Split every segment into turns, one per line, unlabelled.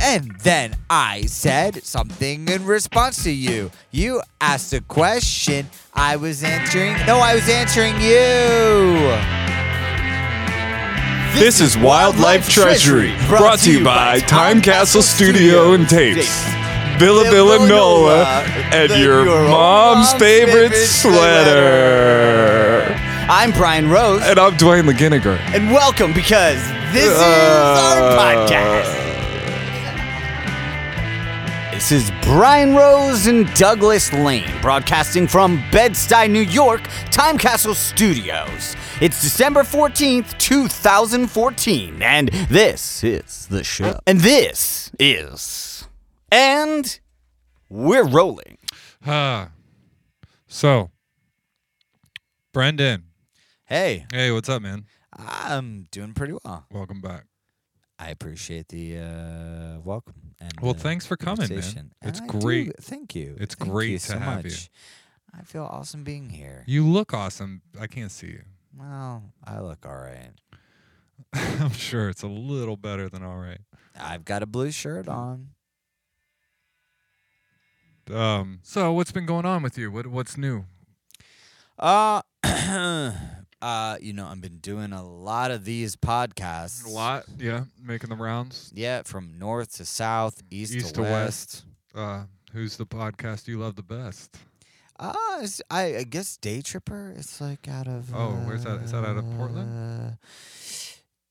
And then I said something in response to you. You asked a question. I was answering. No, I was answering you.
This is Wildlife Treasury, brought to you by Time Castle Studio and Tapes, Villa Villanova, and your mom's favorite sweater.
I'm Brian Rose,
And I'm Dwayne McGinniger.
and welcome because this is
Uh,
our podcast. This is Brian Rose and Douglas Lane, broadcasting from Bed-Stuy, New York, Time Castle Studios. It's December 14th, 2014, and this is the show. And this is. And we're rolling.
Ah. So, Brendan.
Hey,
Hey, what's up, man?
I'm doing pretty well.
Welcome back.
I appreciate the uh, welcome. And
Well,
the
thanks for coming, man.
conversation.
It's
I do-
great.
Thank you.
It's
Thank
great
you
to
so
have you.
much. I feel awesome being here.
You look awesome. I can't see you.
Well, I look all right.
I'm sure it's a little better than all right.
I've got a blue shirt
Mm.
on.
Um, so what's been going on with you? What what's new?
Uh, uh, you know, I've been doing a lot of these podcasts.
A lot, yeah. Making the rounds.
Yeah, from north to south, east,
East
to
to
west.
west. Uh, who's the podcast you love the best?
Uh, it's, I, I guess Day Tripper. It's like out of.
Oh, where's that? Is that out of Portland?
uh,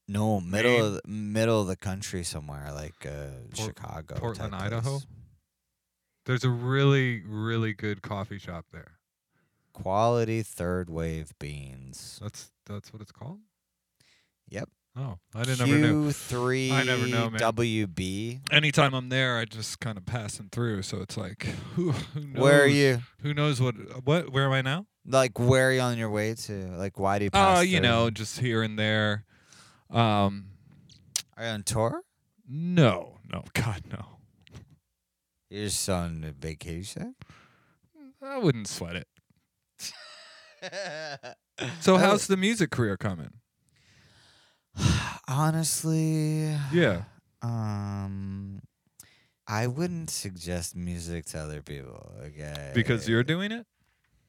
No, middle of the, middle of the country somewhere, like uh,
Port-
Chicago,
Portland,
type
Idaho?
place.
There's a really really good coffee shop there.
Quality third wave beans.
That's that's what it's called.
Yep.
Oh, I didn't ever know.
Q3
never know, man.
WB.
Anytime I'm there, I just kind of passing through. So it's like, who, who knows?
Where are you?
Who knows what? What? Where am I now?
Like, where are you on your way to? Like, why do you
Oh,
pass
you
through?
know, just here and there. Um,
Are you on tour?
no, no, God, no.
You're just on a vacation?
I wouldn't sweat it. So,
Oh.
how's the music career coming?
Honestly,
Yeah.
um, I wouldn't suggest music to other people. Okay,
Because you're doing it?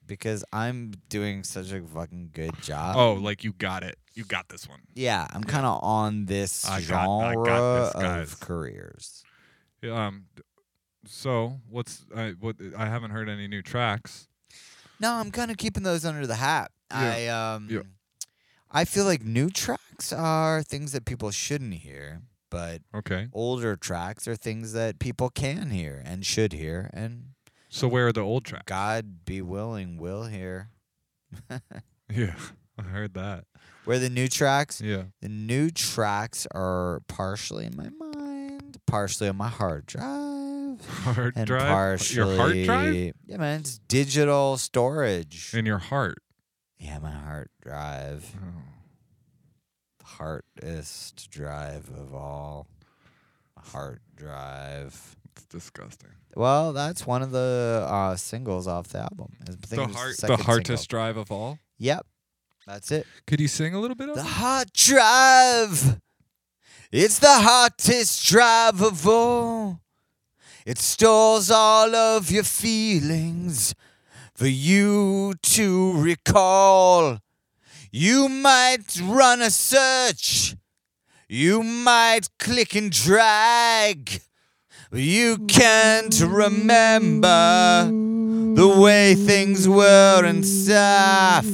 because I'm doing such a fucking good job.
Oh, like you got it. You got this one.
yeah, I'm kind of on this
I got- I
genre
got this, guys.
of careers.
Um, so what's I what I haven't heard any new tracks.
No, I'm kind of keeping those under the hat. I um,
Yeah.
I feel like new tracks are things that people shouldn't hear, but
Okay.
older tracks are things that people can hear and should hear, and
So where are the old tracks?
God be willing, will hear.
Yeah, I heard that.
Where the new tracks?
Yeah.
The new tracks are partially in my mind, partially on my hard drive,
Hard
and
drive.
partially
Your hard drive.
Yeah, man, it's digital storage.
In your heart.
yeah, my hard drive.
Oh.
hardest drive of all. Hard drive.
It's disgusting.
Well, that's one of the uh, singles off the album. I think it
The
was
heart. The
second
hardest
single.
drive of all.
Yep, that's it.
Could you sing a little bit of
The
it?
hard drive. It's the hottest drive of all. It stores all of your feelings for you to recall. You might run a search. You might click and drag. But you can't remember the way things were and stuff.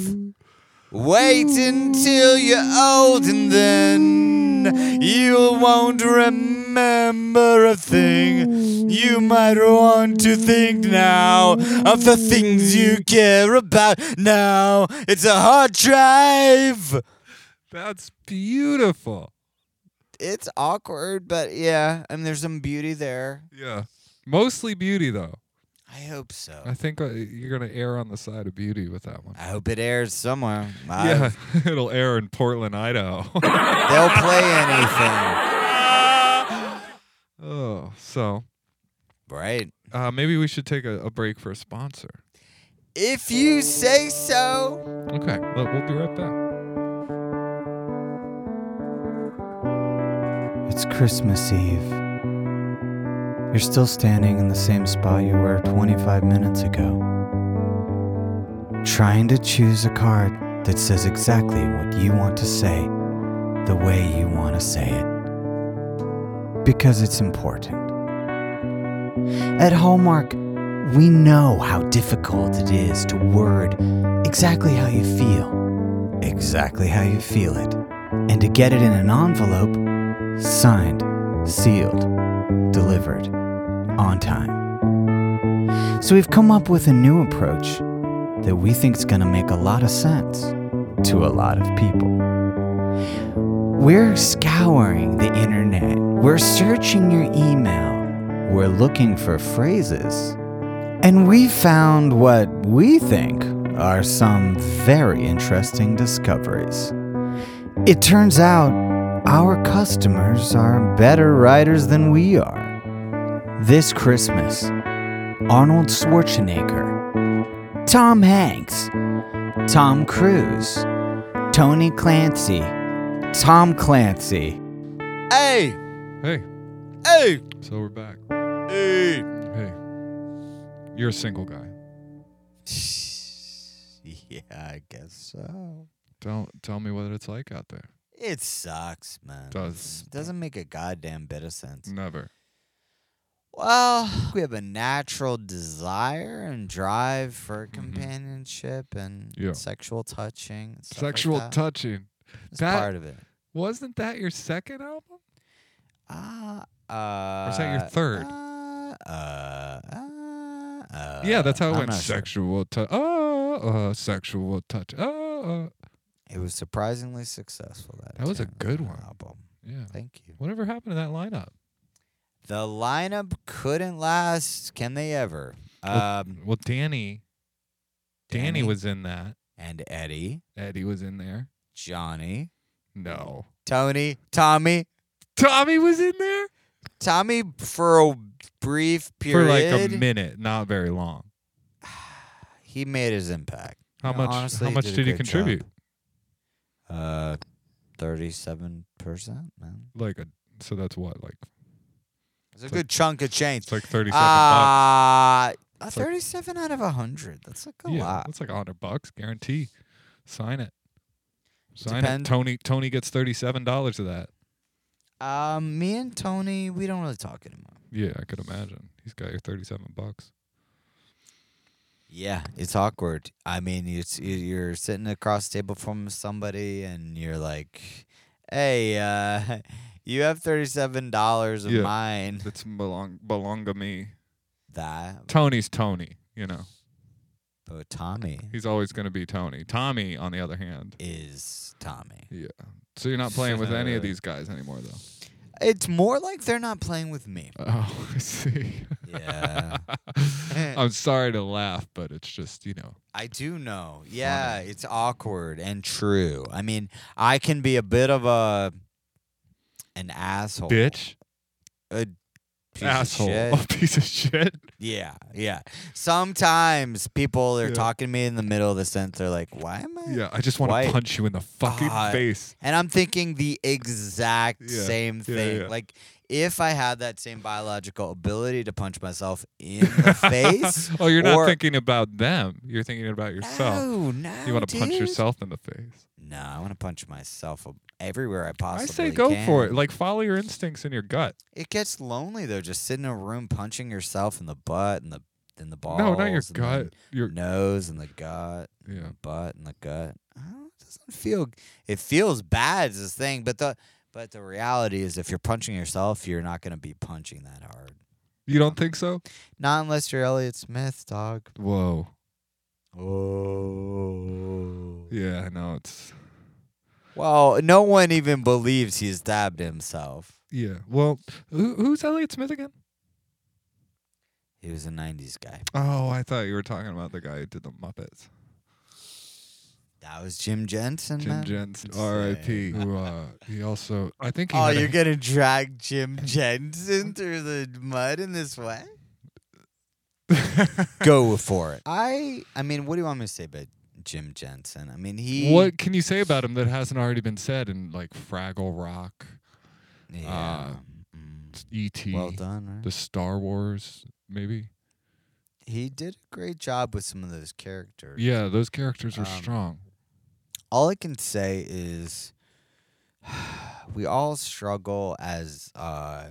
Wait until you're old and then you won't remember a thing. You might want to think now of the things you care about now. It's a hard drive.
That's beautiful.
It's awkward, but yeah, I mean, there's some beauty there.
Yeah. Mostly beauty, though.
I hope so.
I think uh, you're gonna err on the side of beauty with that one.
I hope it airs somewhere. I-
Yeah, it'll air in Portland, Idaho.
They'll play anything.
oh, so
Right.
uh, maybe we should take a, a break for a sponsor.
If you say so.
Okay, well, we'll be right back.
It's Christmas Eve.
You're still standing in the same spot you were 25 minutes ago, trying to choose a card that says exactly what you want to say, the way you want to say it, because it's important. At Hallmark, we know how difficult it is to word exactly how you feel, exactly how you feel it, and to get it in an envelope, signed, sealed, delivered on time. So we've come up with a new approach that we think is going to make a lot of sense to a lot of people. We're scouring the internet, we're searching your email, we're looking for phrases, and we found what we think are some very interesting discoveries. It turns out our customers are better writers than we are. This Christmas, Arnold Schwarzenegger, Tom Hanks, Tom Cruise, Tony Clancy, Tom Clancy.
Hey,
Hey,
hey,
so we're back.
hey.
Hey, you're a single guy.
Yeah, I guess so.
Don't tell me what it's like out there.
It sucks, man.
Does. Mm.
doesn't make a goddamn bit of sense.
Never.
Well, we have a natural desire and drive for companionship and
Mm-hmm. Yeah.
sexual touching. and stuff like
Sexual
that.
touching.
It's
that-
part of it.
Wasn't that your second album?
Ah, uh,
is that your third?
Uh, uh, uh, uh,
yeah, that's how it
I'm
went.
not sure.
Sexual touch. Oh, uh, sexual touch. Oh, uh,
It was surprisingly successful. That
That was a
tune,
good
that
one.
Album.
yeah.
Thank you.
Whatever happened to that lineup?
The lineup couldn't last. Can they ever?
Oh,
Um,
Well, Danny, Danny,
Danny?
was in that.
and Eddie,
Eddie was in there.
Johnny,
No.
Tony, Tommy, Mm-hmm.
Tommy was in there
Tommy for a brief period.
for like a minute, not very long.
He made his impact.
How
Yeah,
much?
honestly,
how
he
much
did a
did he
good job.
contribute?
Uh, thirty-seven percent, man.
Like a. So that's what. Like
It's a
It's
good
like-
chunk of change.
it's like thirty-seven
Uh,
bucks.
a
like-
37 out of 100. That's like a
yeah,
lot.
that's like hundred bucks, guarantee. Sign it. Sign
Depend-
it. Tony. Tony gets thirty-seven dollars of that.
Um, me and Tony, we don't really talk anymore.
Yeah, I could imagine. He's got your thirty-seven bucks.
Yeah, it's awkward. I mean, it's you- you're sitting across the table from somebody and you're like, "Hey, uh, you have $37 of
Yeah.
mine."
That's belong belong to me.
That
Tony's Tony. You know,
but Tommy
he's always going to be Tony. Tommy, on the other hand,
is Tommy.
yeah. So you're not playing with any of these guys anymore, though.
It's more like they're not playing with me.
Oh, I see.
Yeah.
I'm sorry to laugh, but it's just you know.
I do know. Yeah, it's awkward and true. I mean, I can be a bit of a an asshole.
Bitch,
A piece of
asshole,
shit.
a piece of shit.
Yeah, yeah. Sometimes people are
Yeah.
talking to me in the middle of the sentence. They're like, "Why am I?"
Yeah, I just want
Why-
to punch you in the fucking
God.
face.
And I'm thinking the exact
Yeah,
same
yeah,
thing.
yeah.
Like, if I had that same biological ability to punch myself in the face,
oh, you're not
or-
thinking about them. You're thinking about yourself.
no, no,
you want to punch
dude.
yourself in the face.
No, I want to punch myself ab- everywhere I possibly.
I say go for
can.
it. Like follow your instincts and your gut.
It gets lonely though, just sitting in a room punching yourself in the butt and the in the balls.
no, not your
and then
gut. Your
nose and the gut,
yeah.
butt and the gut. I don't, it doesn't feel. It feels bad is this thing, but the but the reality is, if you're punching yourself, you're not going to be punching that hard.
You don't think so?
Not unless you're Elliot Smith, dog.
Whoa.
Oh.
Yeah, I know it's
Well, no one even believes he stabbed himself.
yeah. Well, who, who's Elliot Smith again?
He was a '90s guy.
Oh, I thought you were talking about the guy who did the Muppets.
That was Jim Jensen.
Jim
man.
Jensen,
Insane.
R.I.P. Who uh, he also I think he
Oh,
had a-
you're gonna drag Jim Jensen through the mud in this way? Go for it. I I mean, what do you want me to say about Jim Jensen? I mean, he
What can you say about him that hasn't already been said in like Fraggle Rock?
Yeah.
uh,
Mm.
E.T.,
Well done, right?
the Star Wars, maybe.
He did a great job with some of those characters.
Yeah, those characters are strong.
all I can say is we all struggle as uh,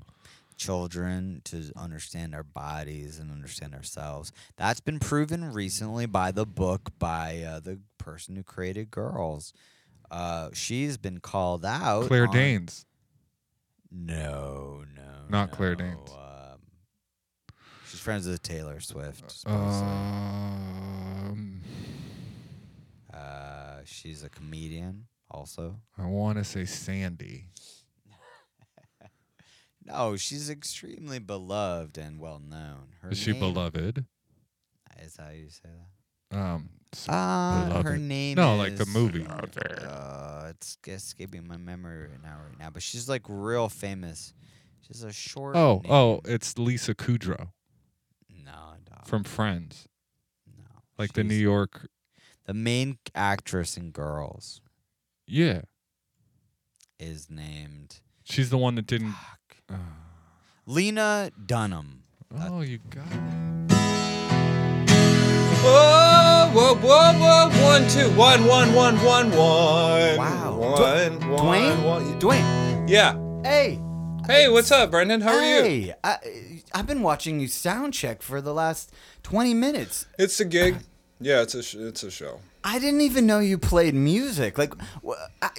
children to understand our bodies and understand ourselves. That's been proven recently by the book by uh, the person who created Girls. Uh, she's been called out.
Claire
on-
Danes.
No, no.
Not Claire
no,
Danes.
Um, she's friends with Taylor Swift. supposedly.
Um,
uh, she's a comedian also.
I want to say Sandy.
No, she's extremely beloved and well known. Her
Is she
name-
beloved?
Is that how you say that?
Um, s-
Uh, her
Beloved.
name.
no, like the
is-
movie.
Uh, it's escaping my memory right now, right now. But she's like real famous. She's a short.
Oh,
name.
oh, it's Lisa Kudrow
No, dog,
from Friends,
no.
like the
She's
New York.
The main actress in Girls
Yeah,
is named
she's the one that didn't.
Lena Dunham.
Oh, you got it.
Whoa, whoa, whoa, whoa, one, two, one, one, one, one, one.
Wow.
One, one,
Dwayne?
one.
Dwayne.
Yeah.
Hey.
Hey, what's up, Brendan? How are you?
Hey, I, I've been watching you sound check for the last 20 minutes.
It's a gig. Yeah, it's a sh- it's a show.
I didn't even know you played music. Like, wh- I,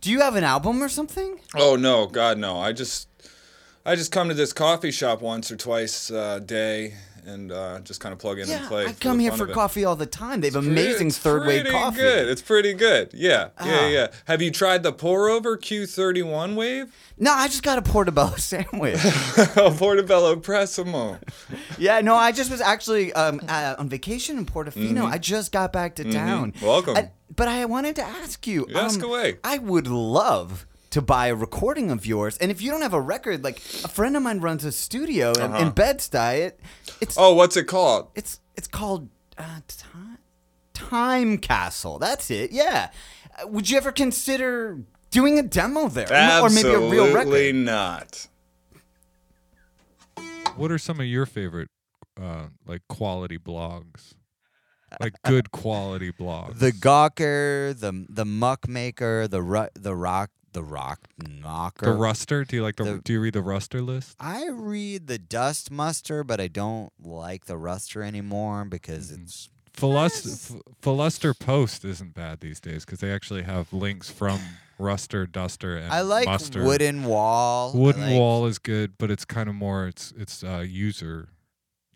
do you have an album or something?
Oh no, God no! I just I just come to this coffee shop once or twice uh, a day and uh, just kind of plug in and play.
I come
the
here
fun
for
of it.
coffee all the time. They have
Pretty-
amazing
it's
third wave
pretty
coffee.
Good. It's pretty good. Yeah, yeah,
Ah.
yeah. Have you tried the pour over Q31 wave?
No, I just got a portobello sandwich.
Portobello Pressimo.
yeah, no, I just was actually um, uh, on vacation in
Mm-hmm.
Portofino. I just got
Mm-hmm.
back to town.
Welcome.
I- um, but I wanted to ask you.
Ask away.
I would love to buy a recording of yours, and if you don't have a record, like a friend of mine runs a studio in,
Uh-huh.
in
Uh-huh.
Bed-Stuy. It, it's
Oh, what's it called?
it's it's called uh, time, time Castle. That's it. Yeah. Uh, would you ever consider doing a demo there, Or- or maybe
Absolutely
a real record?
not.
What are some of your favorite, uh, like quality blogs, like good quality blogs?
The Gawker, the the Muckmaker, the ru- the Rock, the Rock Knocker,
the Ruster. Do you like the,
the-
Do you read the Ruster list?
I read the Dust Muster, but I don't like the Ruster anymore because it's
Philus- F- Philester Post isn't bad these days because they actually have links from Ruster, Duster, and
I like
Muster.
Wooden Wall. I
Wooden
like-
Wall is good, but it's kind of more it's it's uh, user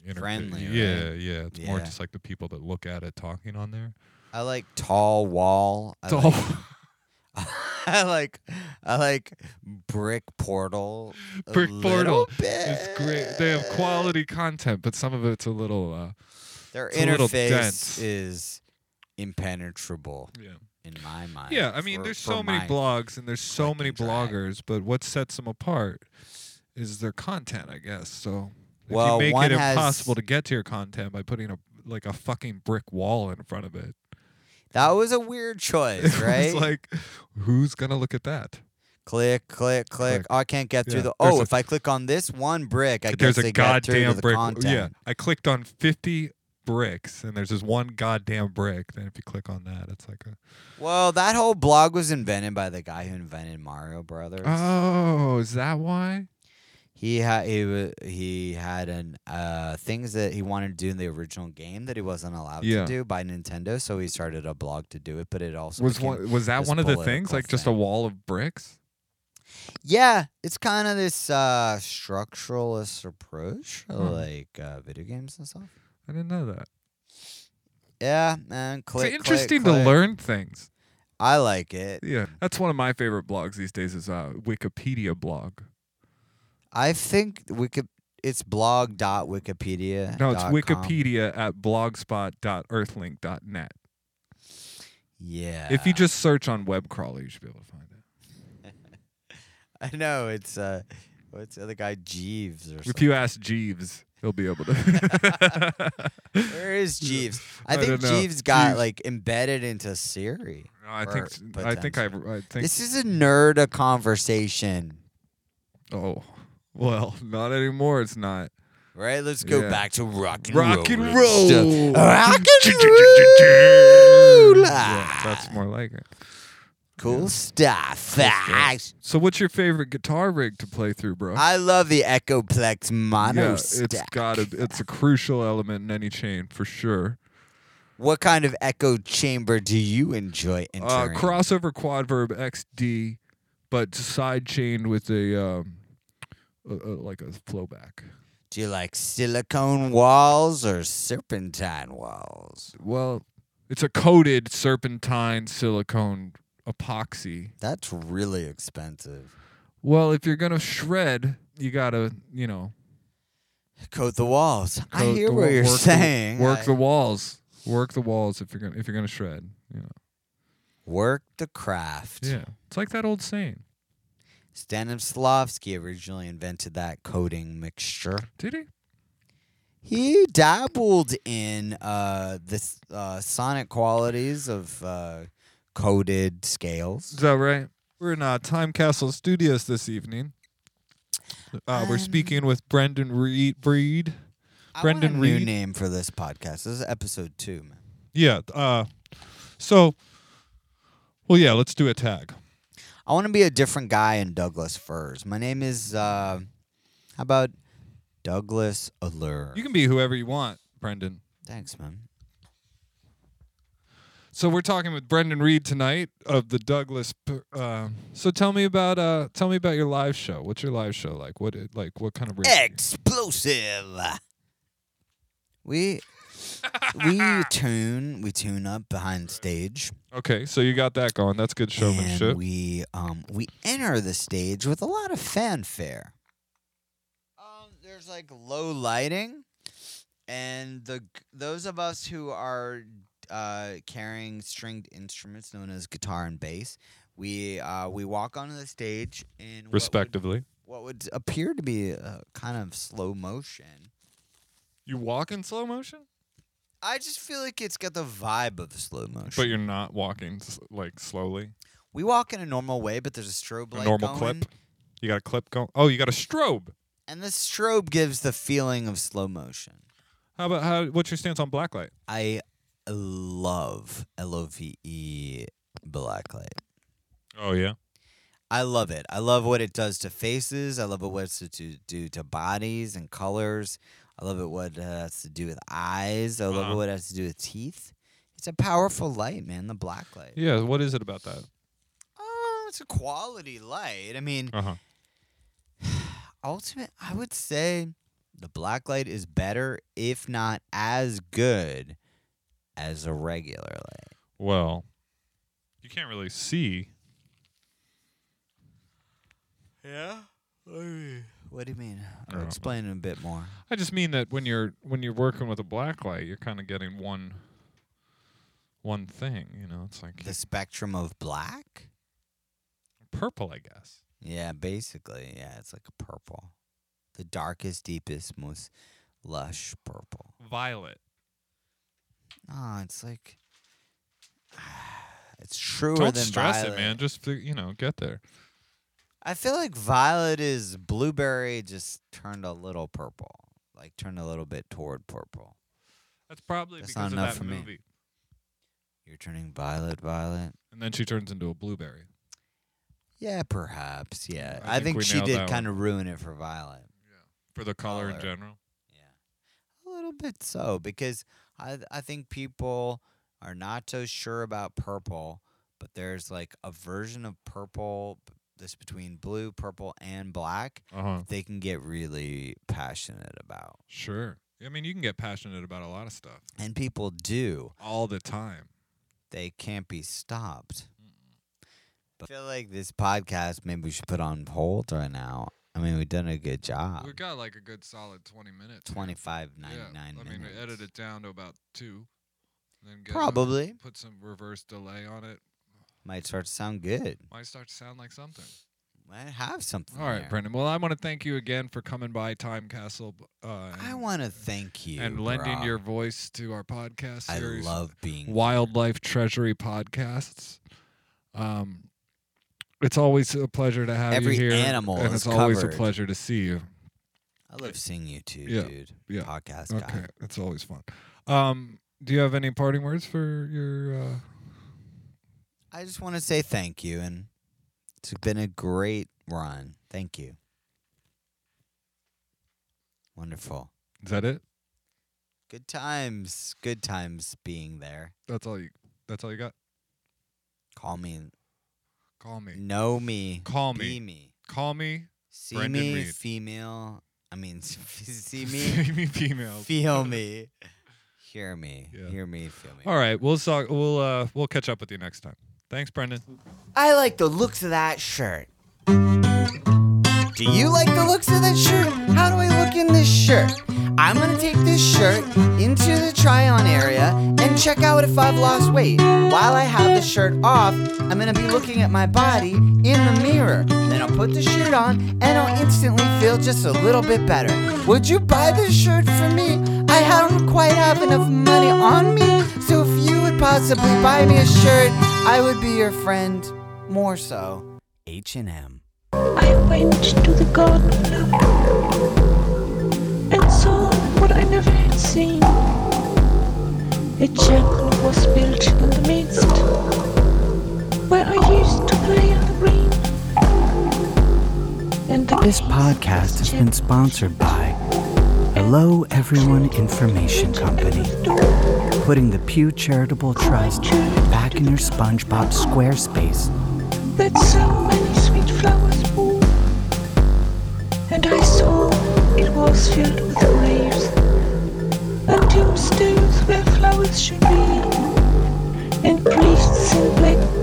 interfa-
Friendly, right?
Yeah, yeah. It's more
Yeah.
just like the people that look at it talking on there.
I like Tall Wall. I
Tall-
Like, I like I like brick portal. a
Brick
little
Portal is great. They have quality content, but some of it's a little. Uh,
Their
It's a little dense.
interface is impenetrable
yeah.
in my mind.
Yeah, I mean,
for-
there's
for
so many
my-
blogs and there's so many
click and drag.
bloggers, but what sets them apart is their content, I guess. So if
Well,
you make
one
it
has-
impossible to get to your content by putting a like a fucking brick wall in front of it,
That was a weird choice,
it's
right?
like who's gonna look at that?
click, click, click,
Click.
Oh, I can't get through
Yeah,
the.
there's
Oh,
a-
if I click on this one brick, I
there's
guess they
a
got through to
goddamn
the
brick.
content.
Yeah, I clicked on 50 bricks and there's this one goddamn brick. Then if you click on that, it's like a
Well, that whole blog was invented by the guy who invented Mario Brothers.
oh, is that why?
He had he wa- he had an uh things that he wanted to do in the original game that he wasn't allowed to
Yeah.
do by Nintendo, so he started a blog to do it. But it also
Was
became-
one was that
this
one of the things?
political
Like just a
thing.
wall of bricks?
yeah, it's kind of this uh structuralist approach,
Hmm.
like uh, video games and stuff.
I didn't know that.
Yeah, and click.
it's
click,
interesting
click.
to learn things.
I like it.
Yeah, that's one of my favorite blogs these days. Is uh, Wikipedia blog.
I think Wiki. It's blog.wikipedia.
No, it's Wikipedia at blogspot.earthlink.net.
Yeah.
If you just search on web crawler, you should be able to find it.
I know it's uh, what's the other guy Jeeves or
If
something.
you ask Jeeves, he'll be able to.
Where is Jeeves? I
I
think
don't know.
Jeeves got
Jeeves-
like embedded into Siri.
No, I
or
think s- I think I,
potentially.
I think
This is a nerd a conversation.
oh Well, not anymore. It's not.
Right? Let's go
Yeah.
back to rock and
Rock
roll.
and roll.
stuff. Rock and roll. Ah,
Yeah, that's more like it.
Cool stuff.
So, what's your favorite guitar rig to play through, bro?
I love the Echoplex mono
yeah, it's
stack.
got to It's a crucial element in any chain for sure.
What kind of echo chamber do you enjoy
Uh,
entering?
crossover quadverb XD, but side chained with a, um, a, a like a flowback.
do you like silicone walls or serpentine walls?
Well, it's a coated serpentine silicone epoxy.
That's really expensive.
Well, if you're gonna shred, you gotta you know.
Coat the walls. I
coat
hear
the
what
wa-
you're
work the-
saying.
work
I-
the walls. Work the walls if you're gonna if you're gonna shred. You know.
work the craft.
Yeah, it's like that old saying.
Stanislavski originally invented that coating mixture.
Did he?
He dabbled in uh, the s- uh, sonic qualities of uh, coated
Is
scales.
that right? We're in uh, Time Castle Studios this evening. Uh, we're speaking with Brendan Reed. Breed.
Um, I want
Brendan
a new
Reed.
name for this podcast. This is episode two, man.
Yeah. Uh, so, well, yeah. Let's do a tag.
I want to be a different guy in Douglas Furs. My name is, uh, how about Douglas Allure?
You can be whoever you want, Brendan.
Thanks, man.
So we're talking with Brendan Reed tonight of the Douglas. P- Uh, so tell me about uh, tell me about your live show. What's your live show like? What it- like what kind of rig?
explosive. We we tune we tune up behind stage,
Okay, so you got that going. That's good showmanship.
and we um we enter the stage with a lot of fanfare. Um, there's like low lighting, and the those of us who are uh, carrying stringed instruments known as guitar and bass, we uh, we walk onto the stage in what would-
respectively.
what would appear to be a kind of slow motion.
You walk in slow motion,
I just feel like it's got the vibe of slow motion.
but you're not walking s- like slowly.
we walk in a normal way, but there's a strobe
A
light
normal
going,
clip. You got a clip going. Oh, you got a strobe.
and the strobe gives the feeling of slow motion.
How about how? What's your stance on blacklight?
I love L O V E blacklight.
Oh yeah.
I love it. I love what it does to faces. I love what it has to do to bodies and colors. I love it what it has to do with eyes. I love
Uh-huh.
what it has to do with teeth. It's a powerful light, man. The black light.
Yeah. What is it about that?
Oh, it's a quality light. I mean,
Uh huh.
ultimate I would say the black light is better, if not as good as a regular light.
Well, you can't really see.
What do you mean?
don't
I'll
know.
explain a bit more.
I just mean that when you're when you're working with a black light, you're kind of getting one one thing. You know, it's like
The spectrum of black?
purple, I guess.
Yeah, basically. Yeah, it's like a purple. The darkest, deepest, most lush purple.
Violet.
Ah, it's like it's truer
Don't
than
stress
violet.
it, man. Just fi- you know, get there.
I feel like violet is blueberry just turned a little purple. Like turned a little bit toward purple.
That's probably
That's not
because of
enough
that
for me.
movie.
You're turning violet, violet.
And then she turns into a blueberry.
Yeah, perhaps. Yeah,
I
I,
think
think,
we
she
nailed
did
that
kind of ruin it for Violet.
For the color, in
Color.
general.
Yeah, a little bit so because I I think people are not so sure about purple, but there's like a version of purple b- that's between blue, purple, and black.
Uh huh.
They can get really passionate about,
Sure. I mean, you can get passionate about a lot of stuff
and people do.
all the time.
They can't be stopped. But I feel like this podcast maybe we should put on hold right now. I mean, we've done a good job.
we got like a good solid 20 minutes. here.
25
Yeah,
99
I mean,
minutes.
edit it down to about two. Then get a-
Probably.
put some reverse delay on it.
Might start to sound good.
Might start to sound like something.
Might have something.
All right,
there.
Brendan. Well, I want to thank you again for coming by Time Castle. b- Uh, and,
I want to thank you.
and lending
brah.
your voice to our podcast
I
series,
love being.
Wildlife Treasury Podcasts. Um, It's always a pleasure to have
Every
you here.
animal
and
is
it's always a
covered.
pleasure to see you.
I love seeing you too,
Yeah,
dude.
yeah.
Podcast
Okay,
guy.
it's always fun. Um, do you have any parting words for your? Uh,
I just want to say thank you, and it's been a great run. Thank you. Wonderful.
is that it?
Good times. Good times being there.
That's all you. That's all you got.
Call me.
Call me.
Know me.
Call
Be
me.
me.
Call me.
See
Brendan
me,
Reed.
female. I mean, see me,
See me females.
feel me, hear me,
Yeah.
hear me, feel me.
All right, we'll talk. We'll uh, we'll catch up with you next time. Thanks, Brendan.
I like the looks of that shirt. Do you like the looks of that shirt? How do I look in this shirt? I'm gonna take this shirt into the try on area and check out if I've lost weight. While I have the shirt off, I'm gonna be looking at my body in the mirror. Then I'll put the shirt on and I'll instantly feel just a little bit better. Would you buy this shirt for me? I don't quite have enough money on me, so if you would possibly buy me a shirt, I would be your friend. More so, H&M.
I went to the garden and saw what I never had seen. A jungle was built in the midst where I used to play on the green. And the
This
bees
podcast has been
chirped
sponsored by Hello Everyone Information Company,
at the door.
putting the Pew Charitable Trust back in your SpongeBob SquareSpace.
That so many sweet flowers bloom. And I saw it was filled with graves and tombstones where flowers should be, and priests in black